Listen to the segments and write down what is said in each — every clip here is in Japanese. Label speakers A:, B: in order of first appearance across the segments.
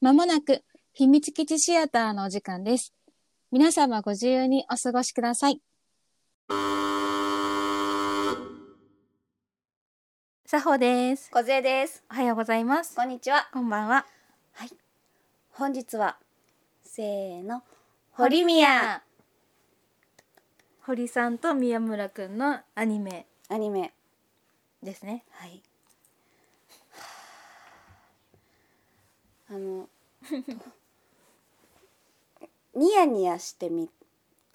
A: まもなく秘密基地シアターのお時間です。皆様ご自由にお過ごしください。
B: 佐保です。
C: 小杖です。
B: おはようございます。
C: こんにちは。
B: こんばんは。
C: 本日はせーの堀宮
B: 堀さんと宮村くんのアニメ
C: アニメ
B: ですね。
C: はい。あの ニヤニヤしてみ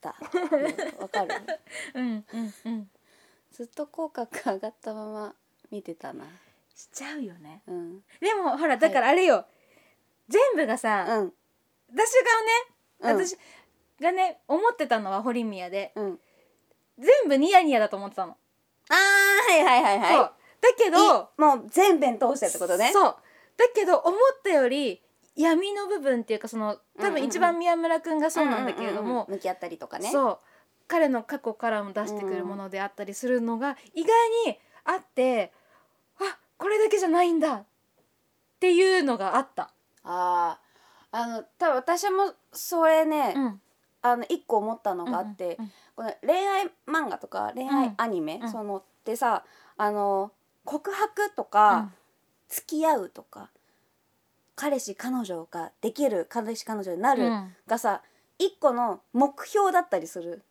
C: た。わかる？
B: うんうんうん。
C: ずっと口角上がったまま見てたな。
B: しちゃうよね。
C: うん
B: でもほらだからあれよ。全部がさ、
C: うんうん
B: 私がね、私がね思ってたのは堀宮で
C: うん。
B: 全部ニヤニヤだと思ってたの。
C: あーはいはいはい
B: そう
C: は
B: だけ
C: い。
B: ど
C: いもう全編通してってことね。
B: そうだけど思ったより闇の部分っていうかその多
C: うんうん
B: 分
C: うん
B: 一番宮村くんがそうなんだけれども、
C: うんうんうん向き合ったりとかね。
B: そう彼の過去からも出してくるものであったりするのが意外にあって、あこれだけじゃないんだっていうのがあった。
C: ああ、あの多分私もそれね、
B: うん
C: あの一個思ったのがあって、
B: うんうん
C: この恋愛漫画とか恋愛アニメ、
B: うん
C: そのってさあの告白とか、付き合うとか彼氏彼女ができる彼氏彼女に
B: う
C: な
B: んう
C: る
B: ん
C: がさ一個の目標だったりする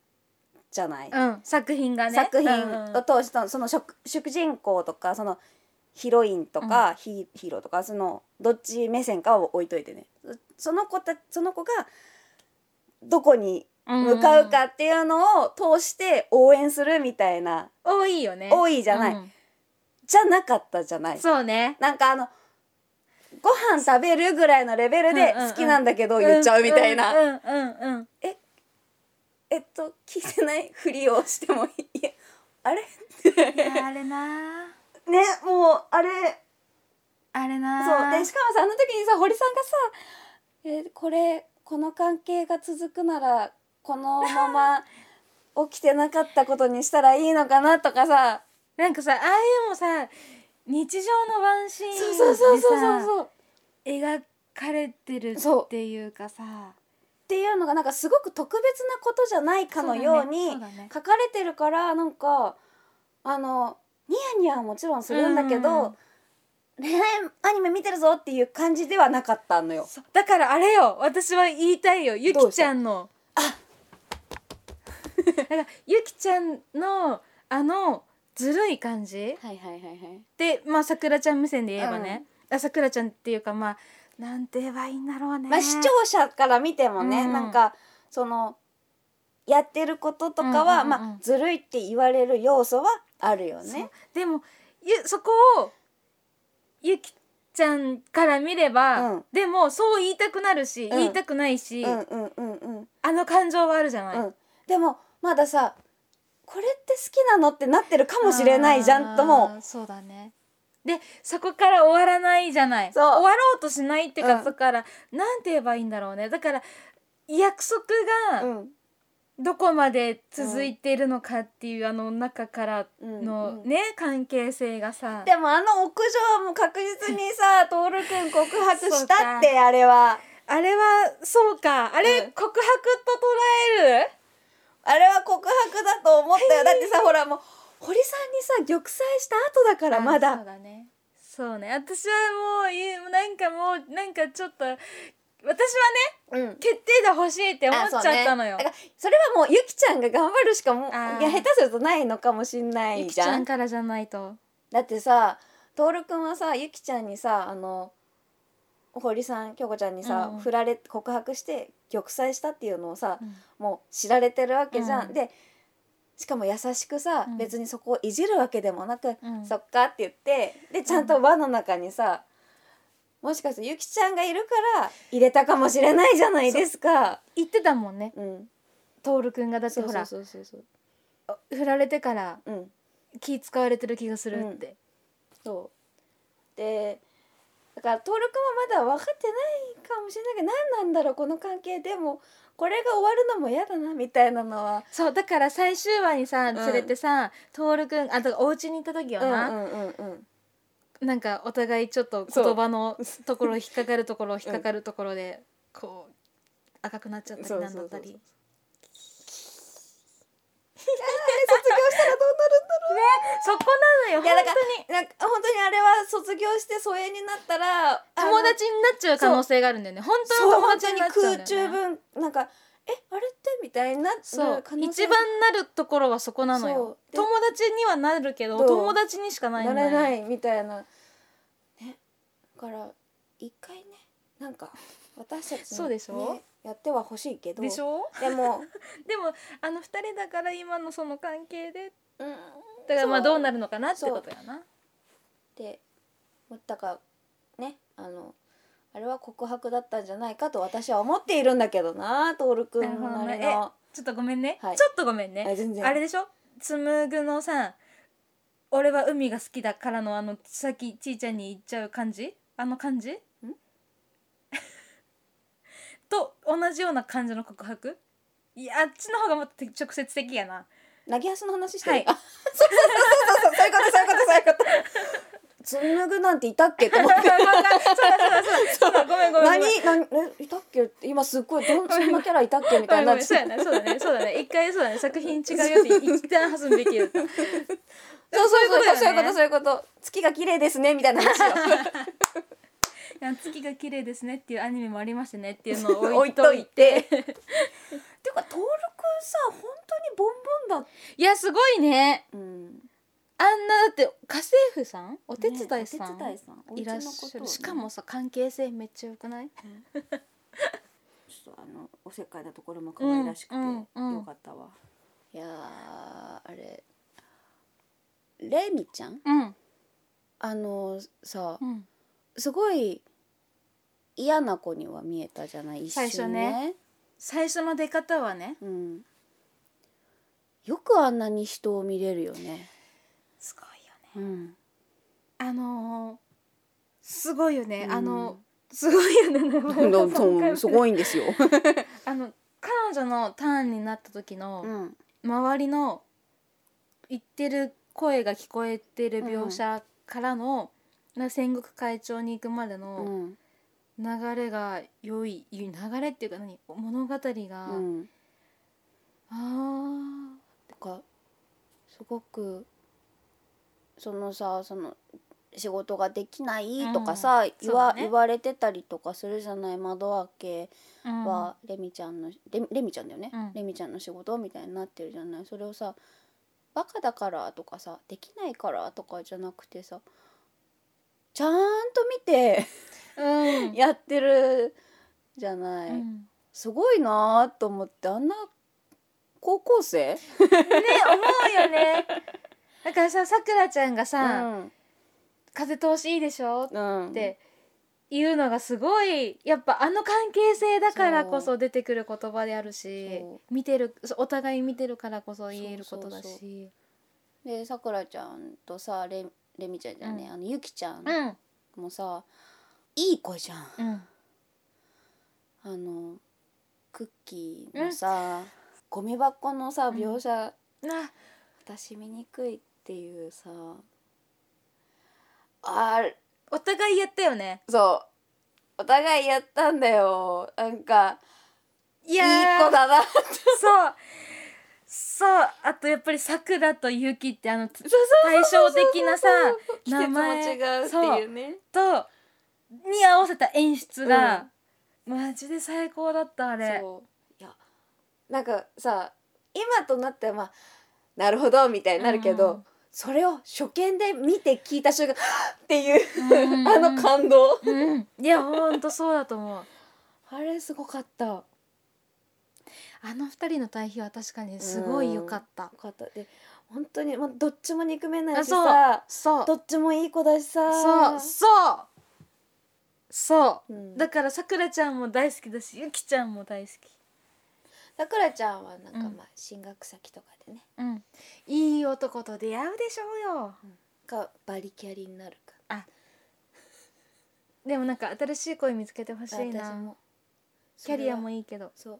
C: じゃない、
B: うん作品がね
C: 作品
B: うんうん
C: を通してその主主人公とかそのヒロインとか、ヒヒーローとかそのどっち目線かを置いといてねその子たその子がどこに向かうかっていうのを通して応援するみたいな、
B: 多いよね
C: 多いじゃない
B: うん
C: じゃなかったじゃない
B: そうね
C: なんかあのご飯食べるぐらいのレベルで
B: うんうんうん
C: 好きなんだけど言っちゃうみたいな、
B: うんうんうんうん
C: えっと聞いてないふりをしてもいいいやあれ
B: いやあれな
C: ねもうあれ
B: あれな
C: そうでしかもさあの時にさ堀さんがさ「えーこれこの関係が続くならこのま ま起きてなかったことにしたらいいのかな」とかさ
B: なんかさああいうのさ日常のワンシーンで
C: そ
B: さ
C: うそうそうそうそうそう。
B: 描かれてる
C: そう
B: っていうかさ
C: っていうのがなんかすごく特別なことじゃないかのように
B: そうだね
C: 書かれてるからなんかあのニヤニヤはもちろんするんだけ
B: うんうんうん
C: ど恋愛アニメ見てるぞっていう感じではなかったのよ。
B: そうだからあれよ私は言いたいよゆ
C: どう
B: き
C: し
B: ち
C: た
B: ゃんのあ だからゆきちゃんのあのずるい感じ
C: はいはいはいはい。
B: でまあさくらちゃん目線で言えばね、あさくらちゃんっていうかまあなんて言えばいいんだろうね
C: まあ視聴者から見てもね、
B: うん
C: なんかそのやってることとかは、
B: うんうんうんうん
C: まあずるいって言われる要素はあるよ
B: そう
C: ね。
B: でもゆそこをゆきちゃんから見れば、
C: うん
B: でもそう言いたくなるし、
C: ん
B: 言いたくないし、
C: うんうんうんうん。
B: あの感情はあるじゃない、
C: うん、でもまださこれって好きなのってなってるかもしれないじゃんとも
B: あーそうだねでそこから終わらないじゃない
C: そう
B: 終わろうとしないっていうか、
C: うん
B: だからなんて言えばいいんだろうねだから約束が
C: ん
B: どこまで続いているのかっていう、あの中からの
C: うんうん
B: ね、関係性がさ
C: でもあの屋上はもう確実に さ徹君告白したってあれは
B: あれはそうかあれ、
C: うん
B: 告白と捉える
C: あれは告白だと思ったよだってさほらもう堀さんにさ玉砕した後だからま
B: あそう
C: だ
B: だねそうね私はもういうなんかもうなんかちょっと私はね
C: うん
B: 決定打欲しいって思っちゃったのよ
C: あそうねだ、からそれはもうゆきちゃんが頑張るしかもうい
B: あー
C: や下手するとないのかもしんな
B: ゆ
C: い
B: き
C: じ
B: ち
C: ゃ
B: ゃ
C: ん
B: んからじゃないと
C: だってさ徹君はさゆきちゃんにさあの堀さん京子ちゃんにさ、
B: うん
C: 振られ告白して玉砕したっていうのをさ、
B: うん
C: もう知られてるわけじゃん。
B: うん
C: でしかも優しくさ、
B: うん
C: 別にそこをいじるわけでもなく「
B: うん
C: そっか」って言ってでちゃんと輪の中にさ、もしかしてゆきちゃんがいるから入れたかもしれないじゃないですか。
B: 言ってたもんね
C: うん、
B: 徹くんがだって
C: そう
B: ほ
C: そう
B: ら
C: そうそうそう。
B: 振られてから
C: うん
B: 気使われてる気がするって、
C: そうでだから徹君はまだ分かってないかもしれないけど何なんだろうこの関係でもこれが終わるのも嫌だなみたいなのは。
B: そうだから最終話にさ
C: ん
B: 連れてさ徹くんあだからお家に行った時よ
C: うんう
B: な、
C: んうんうん
B: なんかお互いちょっと言葉のところ引っかかるところ引っかかるところでこう赤くなっちゃったり
C: そう
B: なんだった
C: そう
B: りそこなのよ
C: いやだ
B: 本
C: から
B: 当に
C: なんか本当にあれは卒業して疎遠になったら
B: 友達になっちゃう可能性があるんだよね本当の
C: そう
B: 友
C: 本
B: 達
C: 当
B: に
C: に
B: なっちゃうんだよ、ね
C: 空、中分なんかえあれってみたいになる
B: そう
C: 可能性
B: 一番なるところはそこなのよ
C: そうで
B: 友達にはなるけど
C: どう
B: 友達にしかない
C: なん
B: だ
C: れ
B: よ
C: ないみたいなねだから一回ねなんか私たちに
B: そうでしょ
C: ねやってはほしいけど
B: でしょ
C: で も、
B: でもあの2人だから今のその関係で
C: うん、っ
B: だからまあ
C: そう
B: どうなるのかなってことやな
C: て思ったからねあのあれは告白だったんじゃないかと私は思っているんだけどなトールくんのなり
B: なるほ
C: の
B: ちょっとごめんね、
C: はい
B: ちょっとごめんね
C: あ全然
B: あれでしょ紡ぐのさ俺は海が好きだからのあのさっきちいちゃんに言っちゃう感じあの感じ と同じような感じの告白いやあっちの方がもっと直接的やな
C: なぎはすの話してる、
B: はい
C: あ そうそうそうそうそうそういうことそういうことそういうこと 紡ぐなんていたっけと思って
B: そうだごめんごめんごめん
C: 何何えいたっけって今すっごいどんそんなキャラいたっけ
B: ご
C: みた
B: め
C: い
B: んごめ
C: になっ
B: ん
C: て
B: そうやなそうだねそうだね一回そうだね作品違うよ って一旦弾むべきだった
C: そうそういうこと
B: そ
C: そ
B: い
C: うう
B: うこ
C: いうことと
B: そ
C: そういうこと月が綺麗ですねみたい な話を
B: あ月が綺麗ですねっていうアニメもありましてねっていうのを 置
C: 置
B: い
C: い
B: と
C: と
B: い
C: い
B: て
C: てていうかトールくんさ本当にボンボンだ
B: いやすごいね
C: うん
B: あんなだって家政婦さんお手伝いさ
C: ね
B: ん、
C: お手伝いさんお家のことをね
B: いらっしゃる、しかもさ関係性めっちゃ良くない
C: ちょっとあのおせっかいなところも可愛らしくて
B: うんうんうん
C: よかったわ、いやーあれレミちゃん
B: うん
C: あのさ
B: うん
C: すごい嫌な子には見えたじゃない一
B: 最初
C: 瞬
B: ね
C: ね
B: 最初の出方はね
C: うん、よくあんなに人を見れるよね。
B: すごいよね
C: うん、
B: あのー、すごいよね、
C: うん
B: あのすごいよね
C: そうすごいんですよ。
B: あの彼女のターンになった時の、
C: うん、
B: 周りの言ってる声が聞こえてる描写からの、な戦国会長に行くまで
C: う
B: の
C: ん、
B: 流れが良い、い流れっていうか何物語が、
C: うん、
B: あ
C: とかすごくそのさその仕事ができないとかさ、
B: うん
C: 言わ
B: そうだね
C: 言われてたりとかするじゃない窓開け
B: ー、うん
C: はレミちゃんのレレミちゃんだよね、
B: うん
C: レミちゃんの仕事みたいになってるじゃないそれをさバカだからとかさできないからとかじゃなくてさちゃんと見て
B: うん
C: やってるじゃない、
B: うん
C: すごいなと思ってあんな高校生
B: ね思うよね だからささくらちゃんがさ、
C: うん
B: 風通しいいでしょ」っ
C: うん、
B: て言うのがすごいやっぱあの関係性だからこ
C: そ
B: そ出てくる言葉であるし
C: そ
B: 見てるそうお互い見てるからこそ言えることだし。
C: そうそうでさくらちゃんとさレレミちゃんじゃね、
B: うん
C: あのゆきちゃん
B: うん
C: もさいい子じゃん
B: うん、
C: あのクッキーのさ、ゴミ箱のさ描
B: あ
C: 写、私見にくいっていうさあー
B: お互いやったよね
C: そうお互いやったんだよなんか
B: い
C: いい子
B: やー
C: だなって
B: そうそうあとやっぱりさくらとゆきってあの対照的な さ
C: 季節
B: 名
C: も
B: 前
C: 違うっていうね
B: そうとに合わせた演出が、マジで最高だったあれ
C: そういやなんかさ今となってはまあなるほどみたいになるけど、
B: うん
C: それを初見で見て聞いた瞬間 っていう
B: うん
C: あの感動
B: うん、いやほんとそうだと思う
C: あれすごかったよ
B: あの二人の対比は確かにすごい良かった、
C: かったで本当に、まあ、どっちも憎めないし
B: あ
C: さ
B: そう
C: どっちもいい子だし
B: そう
C: さ、
B: そうそう
C: ん、
B: だ
C: だ
B: からさくらちゃんも大好きだしゆきちゃんも大好き
C: さくらちゃんはなんか
B: うん
C: まあ進学先とかでね
B: うん、いい男と出会うでしょうよ
C: がバリキャリになるか
B: でもなんか新しい恋見つけてほし
C: ら
B: い
C: 私
B: な
C: も
B: キャリアもいいけど
C: それは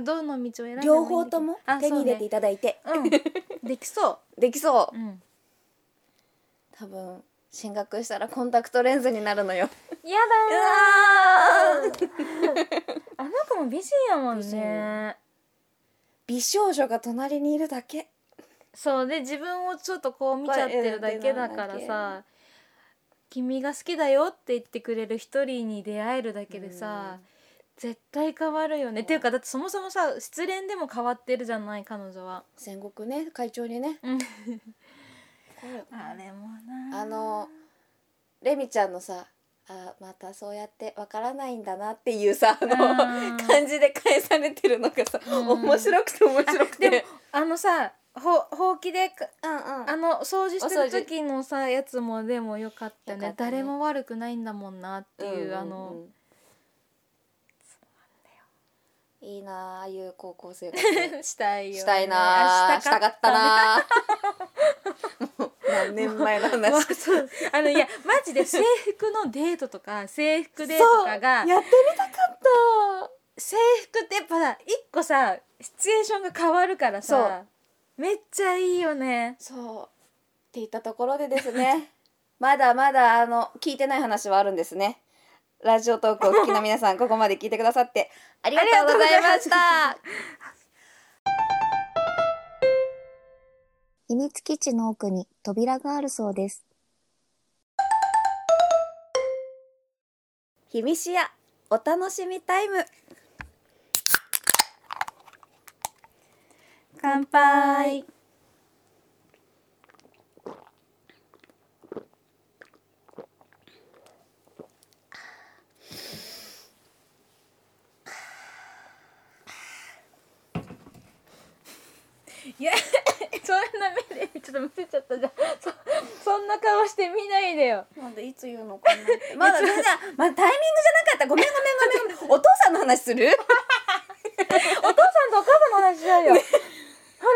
B: などの道を選ん
C: そう
B: で
C: 両方とも
B: あ
C: 手に入れていただいて、
B: そうねうん、できそ
C: できそう
B: う、うん、
C: 多分進学したらコンタクトレンズになるのよ。
B: やだーあの子も美人やもん
C: 美人
B: ね
C: よ美少女が隣にいるだけ。
B: そうで自分をちょっとこう見ちゃってるだけだからさ君が好きだよって言ってくれる一人に出会えるだけでさ、絶対変わるよねっていうかだってそもそもさ失恋でも変わってるじゃない彼女は
C: 戦国ね会長にね。
B: うん
C: あれ
B: れもな
C: あのレミちゃんのさあまたそうやってわからないんだなっていうさあの
B: うん
C: 感じで返されてるのがさ
B: うん
C: 面白くて面白く
B: でも
C: て。
B: あのさほほうきでか
C: うん
B: あ
C: う
B: の掃除して
C: お
B: る
C: 掃除
B: 時のさやつもでもよかったよね
C: よかったね
B: 誰も悪くないんだもんなっていう、あの、
C: いいなああいう高校生
B: したいよね、
C: したい なあしたかったなあ もう何年前の
B: まあ
C: 話
B: そうあのいやマジで制服のデートと か制服デートとかが
C: そうやってみたかっ
B: 制服ってやっぱさ一個さシチュエーションが変わるからさめっちゃいいよね
C: たそうって言ったところでですね まだまだあの聞いてない話はあるんですねラジオトークをお聞きの皆さんここまで聞いてくださってありがとうございました
A: 秘密基地の奥に扉があるそうです。
C: 秘密屋お楽しみタイム
B: 乾杯いや そんな目でちょっとむせちゃったじゃんそそんな顔して見ないでよ
C: なんでいつ言うのかなってまだ全然まだタイミングじゃなかったごめんごめんごめんお父さんの話する
B: お父さんとお母さんの話しようよ、ほ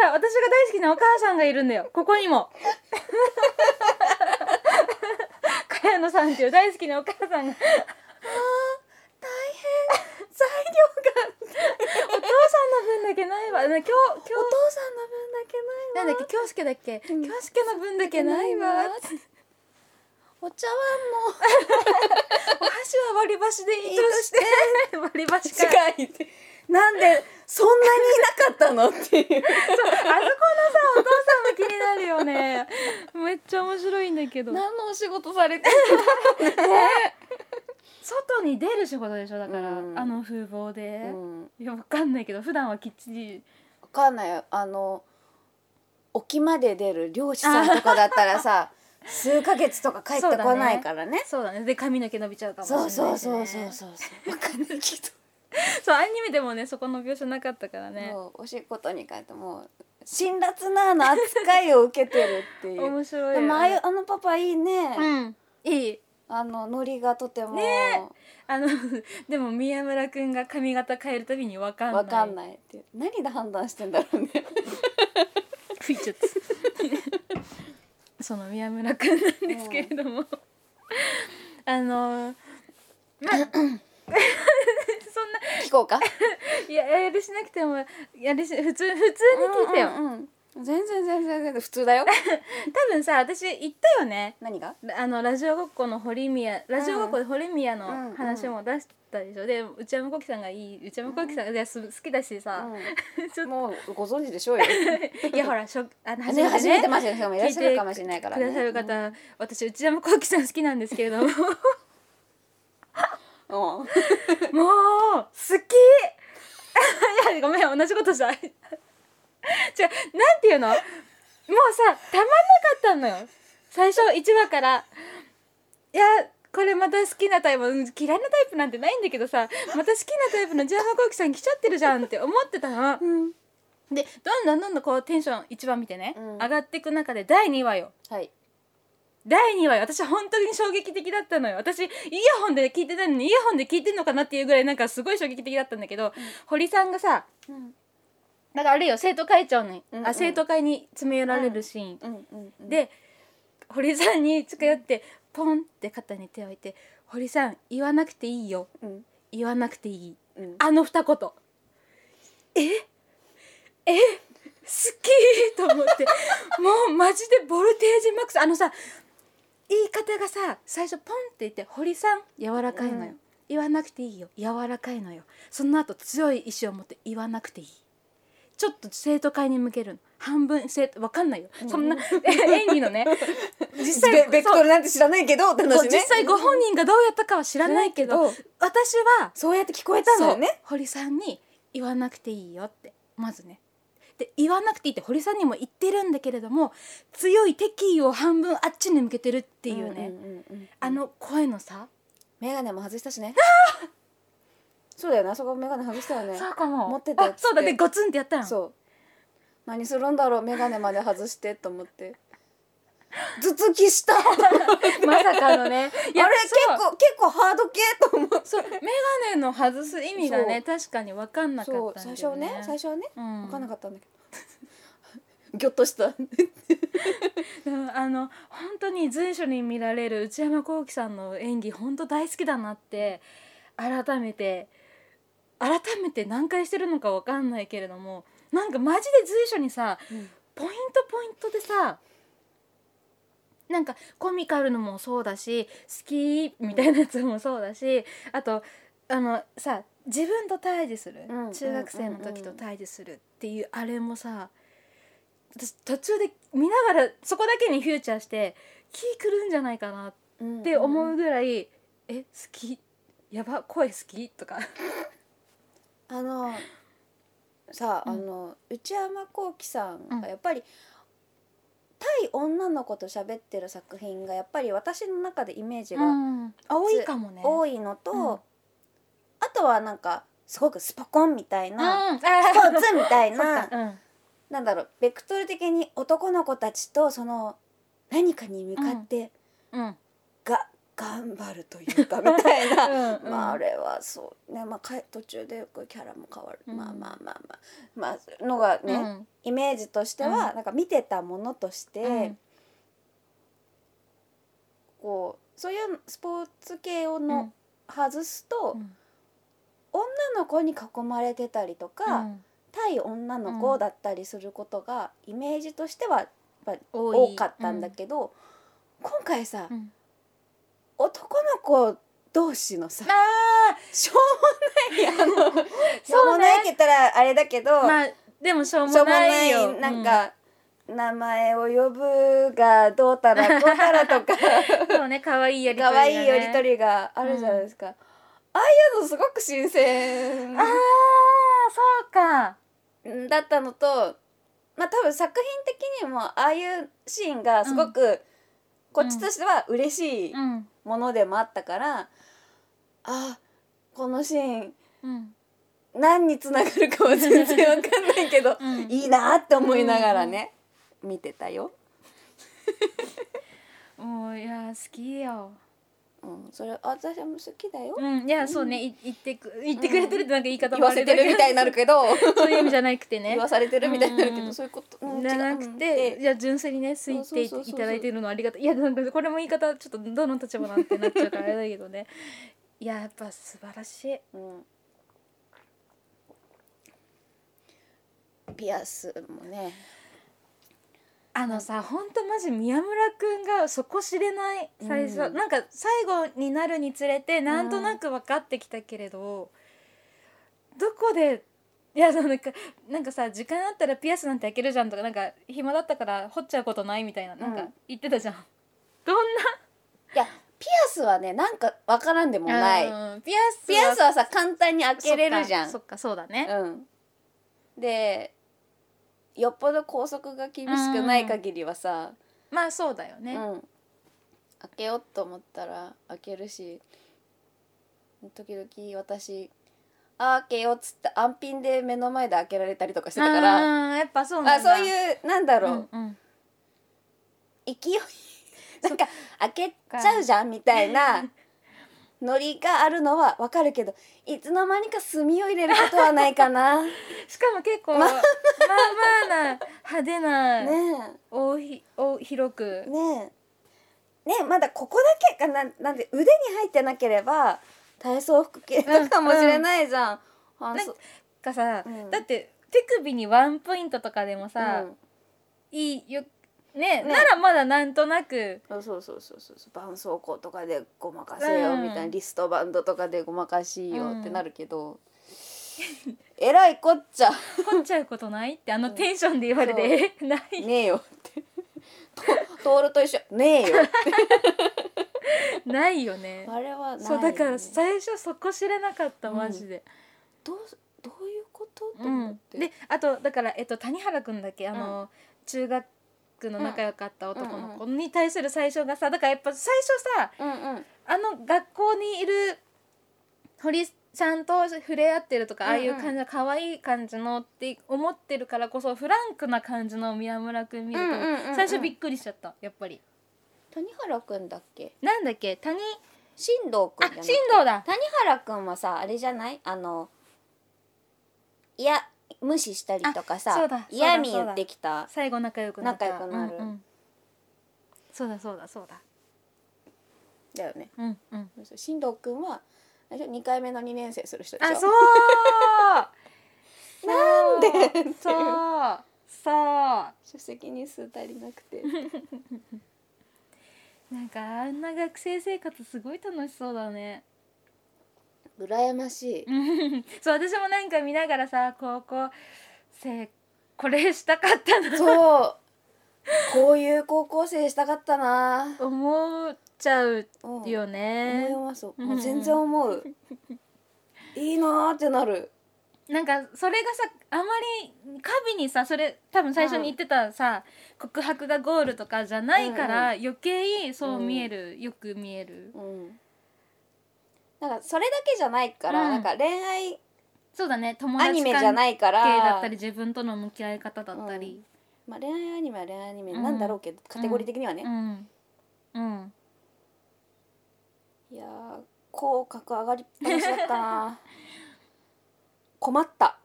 B: ら私が大好きなお母さんがいるんだよここにも茅野さんっていう大好きなお母さんが
C: 材料が
B: お父さんの分だけないわ。ね今日
C: お
B: 今
C: 父さんの分だけ
B: 日
C: な
B: ないん
C: わ
B: だっけ京介だっけ京
C: ん
B: 介の分だけないわ。
C: お茶碗
B: お
C: も
B: 箸は割り箸でいいとして 割り箸か。
C: 近いってなんでそんなにいなかったのってい
B: あそこの
C: う
B: さお父さんも気になるよね。めっちゃ面白いんだけど。
C: 何のお仕事されて
B: 外に出る仕事でしょだから、
C: うん
B: あの風貌で。
C: る、うん、
B: いやわかんないけど普段はきっちり
C: わかんないよあの沖まで出る漁師さんとかだったら さ数ヶ月とか帰ってこないからね
B: そうだねで髪の毛伸びちゃうかもしれ
C: そ
B: な
C: う
B: いし、ね、
C: そうそうそうそうそうわかんないけど
B: そうアニメでもねそこの描写なかったからね
C: もうお仕事に帰ってもう辛辣なあの扱いを受けてるっていう
B: 面白い
C: で
B: よね
C: もああいうあのパパいいね、
B: うんいい
C: あのノリがとても
B: あの でも宮村くんが髪型変えるたびに分かんない
C: わかんないっていう何で判断してんだろうね
B: 食いちゃった その宮村くんなんですけれども、あのまあそんな
C: 聞こうか
B: いややりしなくてもやりし普通普通に聞いてよ、
C: うんうんうん全然全然全然普通だよ
B: 多分さ私言ったよね
C: 何が
B: あのラジオごっこの堀宮ラジオごっこで堀宮の話も出したでしょ、で内山幸輝さんがいい内山幸輝さんがいやす好きだし さ、ちょっ
C: もうご存知でしょう よ
B: いやほらしょあの初
C: ね初めて
B: ね
C: ましてしかもいらっしゃるかもしれないから
B: くださ
C: ね
B: る方、私内山聖輝さん好きなんですけれどももう
C: う
B: 好
C: ん
B: きいやごめん同じことした違うなんていうのもうさたまんなかったのよ最初1話からいやこれまた好きなタイプうん嫌いなタイプなんてないんだけどさまた好きなタイプの内山聖輝さん来ちゃってるじゃんって思ってたの
C: うん
B: でどんどんどんどんこうテンション1話見てね、
C: うん
B: 上がっていく中で第2話よ
C: はい
B: 第2話私本当に衝撃的だったのよ私イヤホンで聞いてないのにイヤホンで聞いてんのかなっていうぐらいなんかすごい衝撃的だったんだけど、堀さんがさ
C: うん
B: だからあれよ生徒会長に、
C: うんうん
B: あ生徒会に詰め寄られるシーン、
C: うんうんうん
B: で堀さんに近寄ってポンって肩に手を置いて「堀さん言わなくていいよ
C: うん
B: 言わなくていい」
C: うん
B: あの二言ええ 好きと思ってもうマジでボルテージマックスあのさ言い方がさ最初ポンって言って「堀さん柔らかいのよ、
C: うん
B: 言わなくていいよ柔らかいのよ」その後強い意志を持って言わなくていいちょっと生徒会に向けるの半分生徒わかんないよ、そんな演技の ね実際
C: ベベクトルなんて知らないけどって
B: そう
C: 話
B: 実
C: ね
B: 際ご本人がどうやったかは知らないけど
C: 知らないけ
B: 私は
C: そうやって聞こえたんだよ
B: そう
C: ね
B: 堀さんに言わなくていいよってまずねで言わなくていいって堀さんにも言ってるんだけれども強い敵意を半分あっちに向けてるっていうね、
C: んうんうんうん
B: あの声のさ
C: メガネも外したしねそうだよねあそこメガネ外したよね
B: うかも
C: 持ってたやつ
B: あそうだねゴツンってやったやん
C: そう何するんだろうメガネまで外してと思 って頭突きしたあれ
B: まさかの ねいや
C: 結
B: そう
C: 構結構ハード系と思って
B: そうメガネの外す意味がね確かに分かんなか
C: そう
B: ったんだよ
C: 最初はね最初はね
B: うん
C: 分かんなかったんだけど ぎょっとした
B: でもあの本当に随所に見られる内山聖輝さんの演技本当大好きだなって改めて改めて何回してるのかわかんないけれどもなんかマジで随所にさポイントポイントでさなんかコミカルのもそうだし好きみたいなやつもそうだしあとあのさ自分と対峙する、
C: うん
B: 中学生の時と対峙するっていうあれもさ私途中で見ながらそこだけにフューチャーして気くるんじゃないかなっ
C: って
B: 思うぐらい「え好きやば声好き?」とか
C: あのさあ、
B: うん
C: あの内山聖輝さん
B: うん
C: がやっぱり、対女の子と喋ってる作品がやっぱり私の中でイメージが
B: 多いかもね。
C: 多
B: い
C: いのと、
B: うん
C: あとはなんかすごくスパコンみたいな、
B: うん、
C: スポーツみたい
B: そ
C: な
B: っかうん
C: なんだろうベクトル的に男の子たちとその何かに向かって
B: うん
C: が、頑張るというかみたいな
B: うんうん
C: まああれはそうねまあかえ途中でこうキャラも変わる、
B: うん
C: まあまあまあまあまあのがね、
B: うん
C: イメージとしては、なんか見てたものとして、
B: うん
C: こうそういうスポーツ系を
B: う
C: の
B: ん
C: 外すと、
B: うん
C: 女の子に囲まれてたりとか、
B: うん
C: 対女の子だったりすることがイメージとしてはやっぱ
B: 多
C: 多
B: い
C: かったんだけど、今回さ、
B: うん
C: 男の子同士のさ
B: ああ
C: しょう もないあのしょうもないって言ったらあれだけど、
B: まあでもしょう
C: し
B: も
C: ょうもな
B: ない
C: い
B: よ
C: なん、か、名前を呼ぶがどうたらこうた らとか
B: うんそうね可愛いやりとり
C: 可
B: が
C: 愛い
B: ね
C: やり取りがあるじゃないですか、ああいうのすごく新鮮
B: ああそうか
C: だったのとまあ多分作品的にもああいうシーンがすごく、こっちとしては嬉しい
B: うん
C: ものでもあったから、あこのシーン
B: うん
C: 何につながるかは全然わかんないけ ど、
B: うん
C: いいなって思いながらね、見てたよ、
B: もういや好きよ
C: うん、それ私も好きだよ、
B: うんいやそうねい言ってく言ってくれてるってなんか言い方
C: 言わ
B: あれ
C: せ
B: だ
C: て
B: けど
C: るみたいになるけど
B: そういう意味じゃなくてね
C: 言わされてるみたいになるけ
B: うん
C: どそういうことうん
B: じゃなく
C: 違
B: て
C: う
B: いや純粋にねすいてい
C: そうそうそうそう
B: ただいてるのはありがたいいやなんかこれも言い方ちょっとどの立場なんてなっちゃうからあれだけどねいややっぱ素晴らしい
C: うんうんピアスもね
B: あのさほんとマジ宮村くんがそこ知れない最初、
C: うん
B: なんか最後になるにつれてなんとなく分かってきたけれど、どこでいやそうなんかなんかさ時間あったらピアスなんて開けるじゃんとかなんか暇だったから掘っちゃうことないみたいななん
C: う
B: か
C: ん
B: 言ってたじゃん。 どん
C: いやピアスはねなんかわからんでも
B: な
C: ない、
B: うんピアス
C: ピアスはさ簡単に開けれるじゃん
B: そっかそっかそうだね。
C: うん、でよっぽど拘束が厳しくない限りはさ、
B: まあそうだよ
C: う
B: ね。
C: ん開けようと思ったら開けるし時々私「あー開けよう」っつって安品で目の前で開けられたりとかしてたから
B: うんやっぱそう
C: あ
B: なんだ。
C: そういうなんだろう、
B: うんうん
C: 勢い なんか開けちゃうじゃんみたい なノリがあるのはわかるけどいつの間にか炭を入れることはないか な。ね
B: しかも結 構まあまあな派手な。
C: え
B: 大ひ大広く、
C: ねえねえまだここだけかななんで腕に入ってなければ体操服着れたかもしれないじゃん。
B: な
C: あ
B: ん
C: そ
B: かさ、
C: うん
B: だって手首にワンポイントとかでもさ、
C: うん
B: いいよね
C: ね
B: ならまだなんとなく
C: そうそうそうそうそう絆創膏とかでごまかせよ
B: うん
C: みたいな、リストバンドとかでごまかしよって
B: うん
C: なるけど、えらいこっちゃ
B: 凝っちゃうことないってあのテンションで言われてえ ない
C: ねえよって と徹と一緒ねえよ
B: ないよね
C: あれはない、ね、
B: そうだから最初そこ知れなかったマジで、
C: どうどういうことと
B: うん
C: 思って、
B: であとだから、えっと、谷原くんだっけあの、中学の仲良かった男の子に対する最初がさだからやっぱ最初さ
C: うんうん
B: あの学校にいる堀さんと触れ合ってるとか、ああいう感じの可愛い感じのって思ってるからこそフランクな感じの宮村くん見ると、
C: うんうんうんうん
B: 最初びっくりしちゃったやっぱり。
C: 谷原くんだっけ
B: なんだっけ谷
C: 新藤く
B: あ
C: んじゃない
B: 進藤だ
C: 谷原くんはさあれじゃないあのいや無視したりとか
B: あそう
C: さ
B: だ
C: 嫌
B: そ
C: み
B: うだそうだ
C: 言ってきた
B: 最後仲良くなった
C: 仲良くなる
B: うんうんそうだそうだそうだ
C: だよね
B: うんうん
C: 新藤くんはあれでしょ二回目の二年生する人でしょ
B: あそう なんでそうそう
C: 出席に数足りなく て
B: なんかあんな学生生活すごい楽しそうだね
C: 羨ましい
B: そう私もなんか見ながらさ高校生これしたかったな
C: そうこういう高校生したかったな
B: 思っちゃう
C: うん
B: よ
C: 思い
B: ね
C: ますも
B: うん
C: う全然思ういいなーってなる
B: なんかそれがさあまりカビにさそれ多分最初に言ってたさ、告白がゴールとかじゃないから、余計そう見える、よく見える
C: うんなんかそれだけじゃないから、
B: うん
C: なんか恋愛
B: そうだね友
C: ア
B: 達
C: ニ
B: 関
C: メ
B: 係
C: じゃないから
B: だったり自分との向き合い方だったり
C: まあ、恋愛アニメは恋愛アニメなんだろうけど、カテゴリー的にはね
B: う、ん うん
C: いやー口角上がりっぱなしだったな 困った
B: あ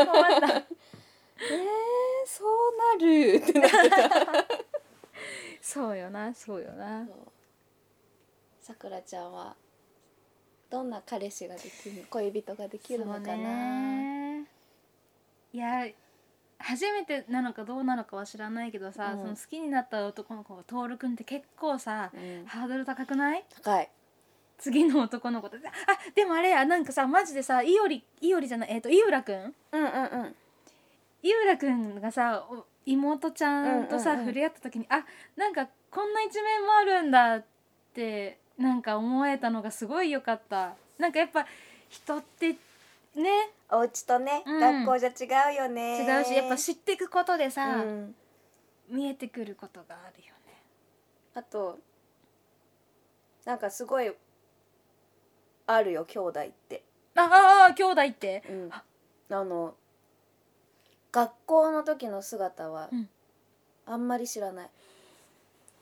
B: ー困った
C: えー、そうなるってなってた
B: そうよなそうよな
C: さくらちゃんはどんな彼氏ができる恋人ができるのかな
B: そうねいや初めてなのかどうなのかは知らないけどさ、
C: うん
B: その好きになった男の子が徹君って結構さ、
C: うん
B: ハードル高くない
C: 高い
B: 次の男の子とあでもあれやなんかさマジでさいおりいおりじゃないえっ、と井浦くん
C: うんうんうん
B: 井浦くんがさお妹ちゃんとさ、
C: うんうんうん
B: 触れ合った時にあなんかこんな一面もあるんだってなんか思えたのがすごい良かったなんかやっぱ人ってね
C: お家とね、
B: うん
C: 学校じゃ違うよね
B: 違うしやっぱ知っていくことでさ、
C: うん
B: 見えてくることがあるよね。
C: あとなんかすごいあるよ兄弟って、
B: ああー兄弟って
C: うん、あの学校の時の姿は
B: うん
C: あんまり知らない、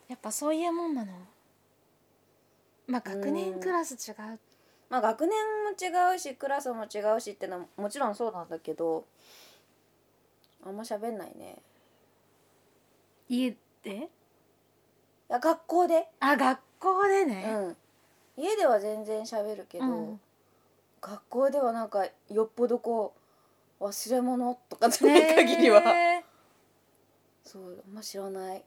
B: やっぱそういうもんなのまあ学年クラス違う
C: まあ、学年も違うしクラスも違うしってのはもちろんそうなんだけどあんま喋んないね
B: 家で
C: いや学校で、
B: あ学校でね、
C: うん、家では全然喋るけど、
B: うん
C: 学校ではなんかよっぽどこう忘れ物とかじゃない限りは、
B: ね
C: そうあんま知らない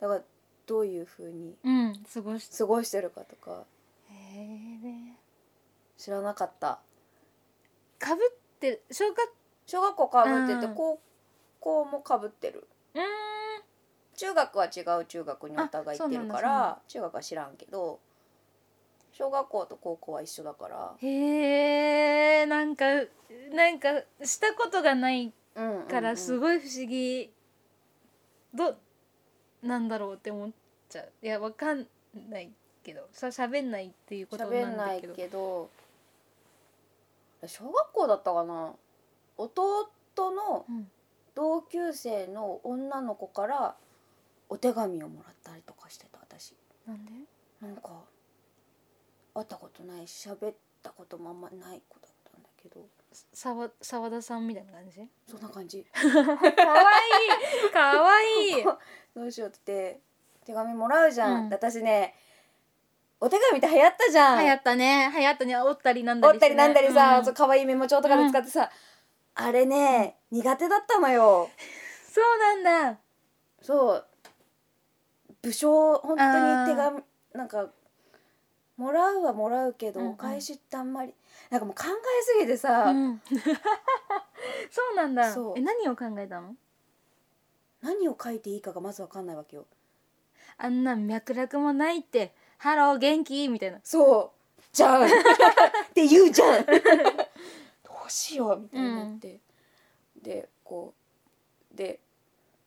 C: だからどういうふうに
B: えうん過ごして
C: 過ごしてるかとか知らなかった
B: かぶって小学
C: 小学校かぶってて、
B: うん
C: 高校もかぶってる
B: うーん
C: 中学は違う中学にお互い行ってるか
B: あそうなん
C: ら中学は知らんけど小学校と高校は一緒だから、
B: へえなんかなんかしたことがない
C: うんうんうん
B: からすごい不思議、どなんだろうって思っちゃういやわかんないけどさ喋んないっていうこと
C: 喋
B: なんん
C: な
B: だ
C: い
B: けど
C: けど小学校だったかな弟の
B: うん
C: 同級生の女の子からお手紙をもらったりとかしてた私
B: なんで
C: なんか会ったことないし喋ったこともあんまない子だったんだけど
B: 沢沢田さんみたいな感じ
C: そんな 感じ
B: かわいいかわ いい
C: どうしようって手紙もらうじゃん、
B: うん
C: で私ねお手紙って流行ったじゃん
B: 流行ったね流行ったね折ったりなんだり
C: 折ったりなんだりさ、そう
B: そ
C: 可愛いメモ帳とかで使ってさ、あれね苦手だったのよ
B: そうなんだ
C: そう武将本当
B: あー
C: に手紙なんかもらうはもらうけど、
B: うんうん
C: お返しってあんまりなんかもう考えすぎてさ、
B: うん、 そうなんだ
C: そう
B: え何を考えたの
C: 何を書いていいかがまず分かんないわけよ。
B: あんな脈絡もないって「ハロー元気?」みたいな
C: そう じゃんって言うじゃんどうしようみたいになって、でこうで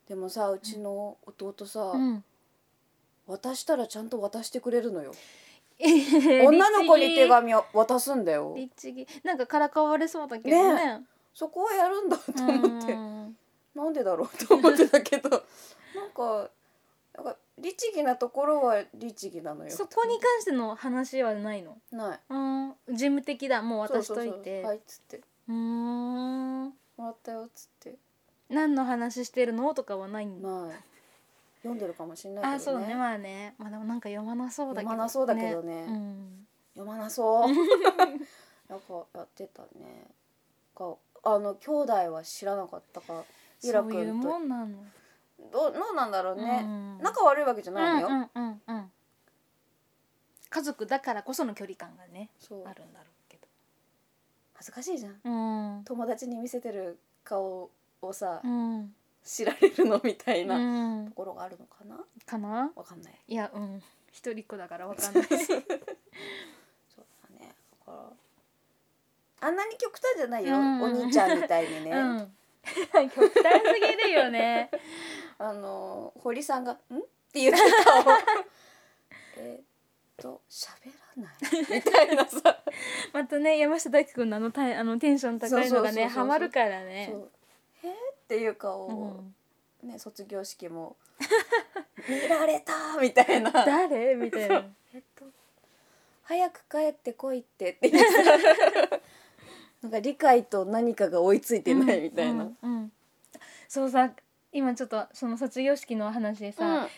C: でもさうちの弟さ、
B: うん
C: 渡したらちゃんと渡してくれるのよ
B: 女
C: 女の子に手紙を渡すんだよ
B: 律儀なんかからかわれそうだけどね
C: そこはやるんだと 思って
B: うん
C: なんでだろうと思ってた けどなんかなんか律儀なところは律儀なのよ
B: そこに関しての話はないの
C: ない
B: うん事務的だもう渡しとい
C: そうそう
B: て
C: そうはいっつって
B: うーん
C: もらったよっつって
B: 何の話してるのとかはないんだ
C: ない読んでるかもしれないけどね
B: あそうだねまあねまあでもなんか読まなそうだけど
C: 読まなそうだけどね
B: うん
C: 読ま なそうなんかやってたねかあの兄弟は知らなかったかイラ
B: そ
C: 君
B: う
C: と
B: いうもんなの
C: どうどうなんだろう
B: う
C: ね、
B: ん
C: 仲悪いわけじゃないのよ、
B: うんうんうんうん家族だからこその距離感がね
C: そう
B: あるんだろうけ
C: 恥ずかしいじゃん
B: どうん
C: 友達に見せてる顔をさ、
B: うん
C: 知られるのみたいなと
B: うん
C: ころがあるのかな
B: かな
C: わかんない
B: いやうん一人っ子だからわかんない
C: そうだねだからあんなに極端じゃないよ、
B: うん
C: お兄ちゃんみたいにね、
B: うん極端すぎるよね
C: あの堀さんが「ん?」って言ってた をえーっと喋らないみたいなさ
B: またね山下大輝くんのあのたあのテンション高いのが
C: そうそうそうそう
B: ねハマるから ね
C: そうえーっていう顔
B: う
C: を、
B: ん
C: ね卒業式も 見られたみたいな
B: 誰みたいな
C: えっと早く帰ってこいってって言ってた なんか理解と何かが追いついてないみたいな、
B: うんうんうんそうさ今ちょっとその卒業式の話でさ、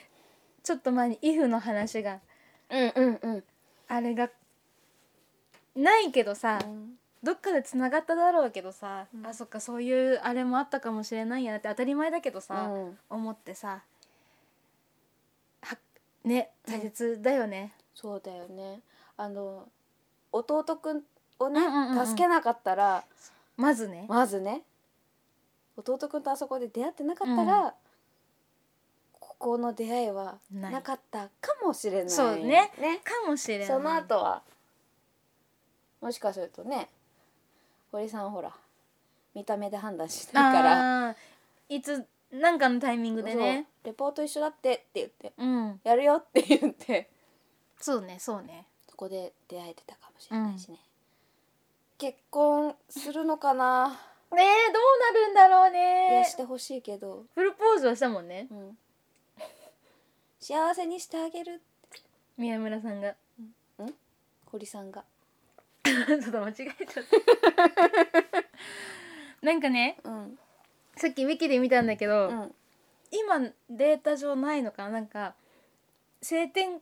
B: ちょっと前に「イフ」の話が
C: うんうんうん
B: あれがないけどさ、どっかでつながっただろうけどさ、
C: うん
B: あそっかそういうあれもあったかもしれないやなって当たり前だけどさ、
C: うん
B: 思ってさはね大切だよね。
C: そうだよねあの弟くんをね、
B: うんうんうんうん
C: 助けなかったら
B: まずね、
C: まずね弟くんとあそこで出会ってなかったら、ここの出会いは
B: ない
C: なかったかもしれない
B: そうね
C: ね
B: かもしれない
C: その後はもしかするとね堀さんほら見た目で判断しないから
B: あーいつなんかのタイミングでね
C: そうレポート一緒だってって言って
B: うん
C: やるよって言って
B: そうねそうね
C: そこで出会えてたかもしれないしね、結婚するのかな、
B: ねえどうなるんだろう
C: いや
B: ね
C: してほしいけど、
B: プロポーズはしたもんね
C: うん、幸せにしてあげる
B: 宮村さんが
C: 堀さんが、
B: ちょっと間違えちゃった なんかね
C: うん
B: さっきウィキで見たんだけど、
C: うん、
B: 今データ上ないのかななんか性転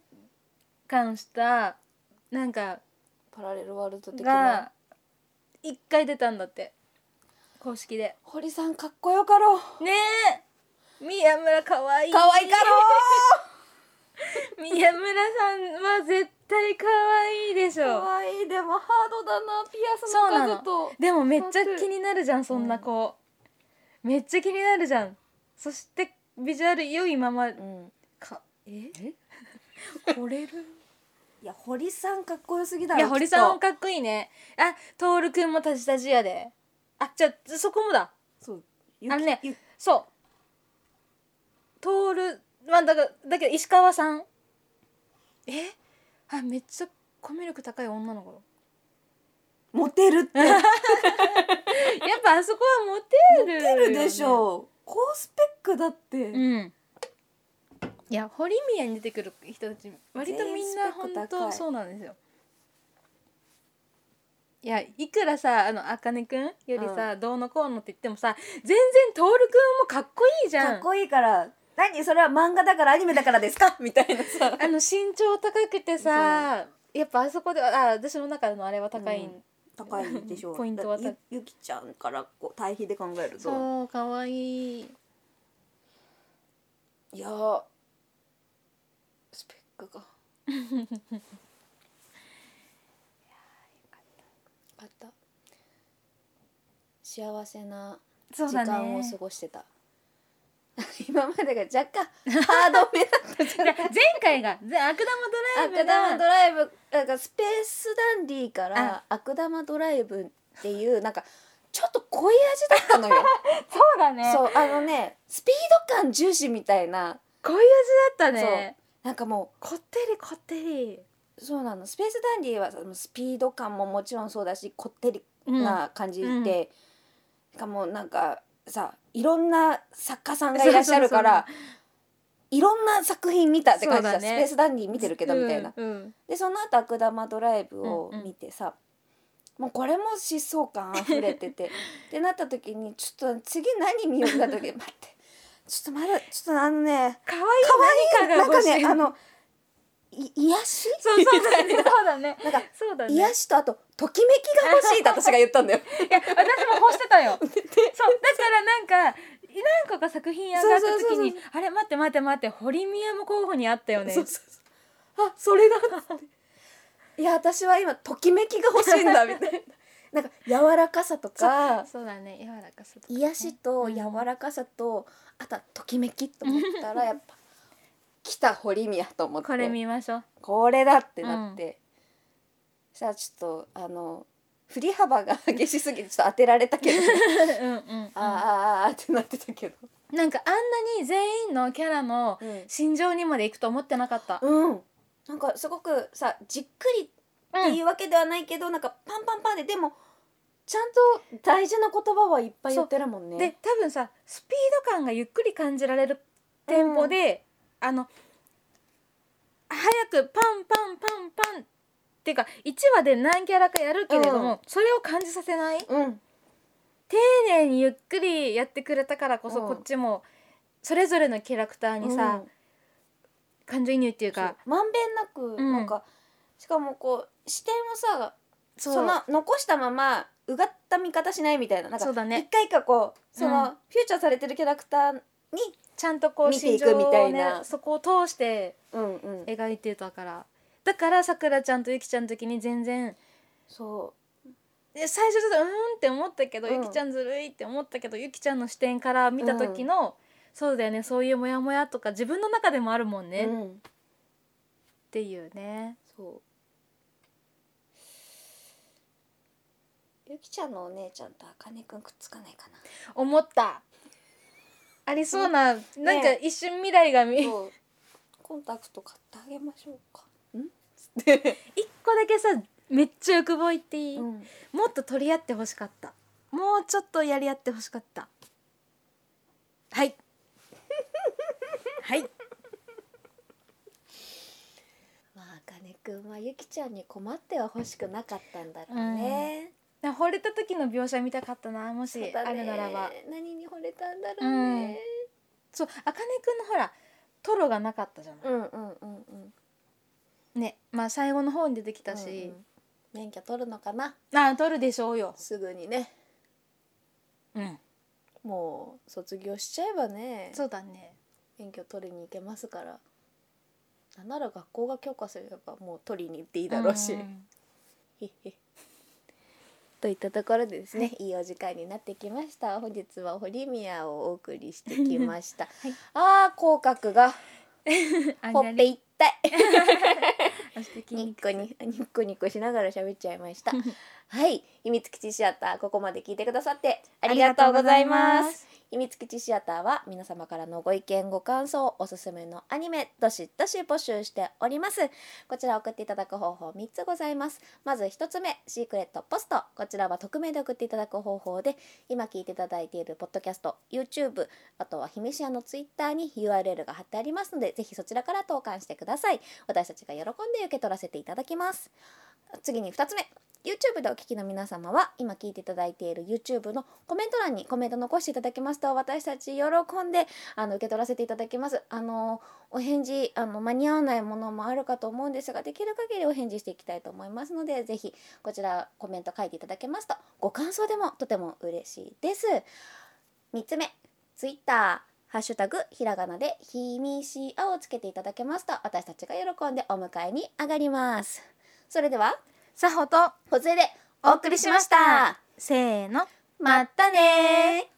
B: 換したなんか
C: パラレルワールド的な
B: が一回出たんだって公式で
C: 堀さんかっこよかろう
B: ねえ宮村 かわいい
C: かわいかろう
B: 宮村さんは絶対可愛いでしょ
C: 可愛いでもハードだなピアス
B: そうな
C: の
B: の
C: 数と
B: でもめっちゃ気になるじゃんそんな子、めっちゃ気になるじゃんそしてビジュアル良いまま
C: うん
B: かえ
C: 惚れるいや堀さんかっこよすぎだ
B: い
C: ろ
B: や堀さんも
C: きっ
B: かっこいいねあ徹くんもタジタジやであじゃあそこもだ
C: とそうゆき
B: あのね
C: ゆき
B: そう徹まあだからだけど石川さんえあめっちゃコミュ力高い女の子
C: モテるって
B: やっぱあそこはモテるよね、
C: モテるでしょ高スペックだって
B: うんいや堀宮に出てくる人たち割とみんな
C: 全
B: 本
C: 員スペック高
B: 当
C: い
B: そうなんですよいやいくらさあの茜くんよりさ、どうのこうのって言ってもさ全然徹くんもかっこいいじゃん
C: かっこいいから何それは漫画だからアニメだからですかみたいなさ
B: あの身長高くてさやっぱあそこではあ私の中のあれは高い、
C: うん高いでし ょう
B: ポイントは高い
C: だってゆゆきちゃんからこう対比で考えると
B: そうかわいい
C: いやーか かよかった幸せな
B: そ
C: 時
B: うだね
C: 間を過ごしてた、今までが若干ハードめだったじゃ
B: だ前
C: ない
B: 回がぜ悪玉
C: 悪
B: ドライ
C: 玉
B: ブ
C: ド
B: が
C: ライブなんかスペースダンディから悪玉ドライブっていうなんかちょっと濃い味だったのよ
B: そうだね
C: そうあのねスピード感重視みたいな
B: こういう味だったね
C: なんかもう
B: こってりこってり
C: そうなのスペースダンディはそのスピード感ももちろんそうだしこってりな感じで、
B: うんうん
C: しかもなんかさいろんな作家さんがいらっしゃるからいろんな作品見たって感じだ
B: そうだね
C: スペースダンディ見てるけどみたいな。
B: うんうん
C: でその後悪玉ドライブ」を見てさ、もうこれも疾走感あふれててってなった時にちょっと次何見ようかと時待って ちょっとまだちょっとあのね
B: 可愛い何
C: な
B: か
C: ん
B: が
C: か
B: 欲しい
C: ねあのい癒し
B: そうそうだねそうだね
C: なんか
B: そうだね
C: 癒しとあとときめきが欲しいって私 が言ったんだよ
B: いや私も欲してた よそうだからなんか何個か作品上がった時に
C: そうそうそう
B: あれ待って待って待って堀宮も候補にあったよね
C: そうそうそうあそれだいや私は今ときめきが欲しいんだみたいななんか柔らかさとか
B: そうだね柔らかさとかね
C: 癒しと柔らかさと、あとはときめきと思ったらやっぱ来た堀宮と思って
B: これ見まし ょう
C: これだってなって、さあちょっとあの振り幅が激しすぎてちょっと当てられた けど
B: うんうん
C: あーあーあーってなってたけど
B: なんかあんなに全員のキャラの
C: うん
B: 心情にまで行くと思ってなかった、
C: うん、なんかすごくさじっくりっていうわけではないけど、なんかパンパンパンででもちゃんと大事な言葉はいっぱい言ってるもんね。
B: で多分さスピード感がゆっくり感じられるテンポで、あの早くパンパンパンパンっていうか1話で何キャラかやるけれども、
C: うん
B: それを感じさせない
C: うん、
B: 丁寧にゆっくりやってくれたからこそ、
C: うん
B: こっちもそれぞれのキャラクターにさ、
C: うん
B: 感情移入っていうか
C: そうまんべんなく
B: ん
C: なんか、しかもこう視点をさ
B: そ
C: その残したままうがった見方しないみたいななんか
B: そうだね
C: 一回かこうそ
B: う
C: の、
B: ん
C: フューチャーされてるキャラクターに、
B: ちゃんとこう
C: 見て
B: 心
C: いく
B: 情を、ね、
C: みたいな
B: そこを通して
C: うんうん、
B: 描いてたからだからさくらちゃんとゆきちゃんの時に全然
C: そ
B: で最初ちょっとうーんって思ったけど、
C: うん
B: ゆきちゃんずるいって思ったけどゆきちゃんの視点から見た時の、そうだよねそういうモヤモヤとか自分の中でもあるもん
C: う、
B: ね、
C: う
B: っ
C: ん、
B: ていうね
C: そうゆきちゃんのお姉ちゃんとあかねくんくっつかないかな
B: 思ったありそうな、なんか一瞬未来が見、
C: そうコンタクト買ってあげましょうか。
B: 一個だけさめっちゃ欲望言っていい、
C: うん、
B: もっと取り合ってほしかったもうちょっとやり合ってほしかったはい はい
C: まあ、あかねくんはゆきちゃんに困っては欲しくなかったんだろうね。
B: な惚れた時の描写見たかったなも
C: そう
B: し
C: だ
B: あ
C: ね
B: るならば。
C: 何に惚れたんだろうね。
B: そうあかねくんのほらトロがなかったじゃな
C: うん、うん、うん、うん。
B: いねまあ最後の方に出てきたし
C: うんうん、免許取るのかな。
B: あトロでしょうよ
C: すぐにね。
B: うん
C: もう卒業しちゃえばね。
B: そうだね
C: 免許取りに行けますから。なんなら学校が許可すれば、もう取りに行っていいだろうし。
B: ん
C: へへ といったところでですね、い、いお時間になってきました本日は堀宮をお送りしてき ました、あー口角が
B: あ
C: ほ
B: や
C: っぺ
B: り
C: いったい
B: あして筋
C: ニ
B: 肉
C: ッコニニッコニコしながら喋っちゃいま したはい秘密基地シアターここまで聞いてくださってありがとうござい
B: ありがとうござい
C: ま
B: ます
C: す秘密基地シアターは皆様からのご意見ご感想おすすめのアニメどしどし募集しておりますこちら送っていただく方法3つございますまず1つ目シークレットポストこちらは匿名で送っていただく方法で今聞いていただいているポッドキャスト YouTube あとは姫シアの Twitter に URL が貼ってありますのでぜひそちらから投函してください私たちが喜んで受け取らせていただきます次に2つ目 YouTube でお聞きの皆様は今聞いていただいている YouTube のコメント欄にコメント残していただきますと私たち喜んであの受け取らせていただきますあのお返事あの間に合わないものもあるかと思うんですができる限りお返事していきたいと思いますのでぜひこちらコメント書いていただけますとご感想でもとても嬉しいです3つ目 Twitter ハッシュタグひらがなでひみしあをつけていただけますと私たちが喜んでお迎えに上がりますそれでは
B: さほと
C: ほつえでお送りしました
B: せーの
C: まったねー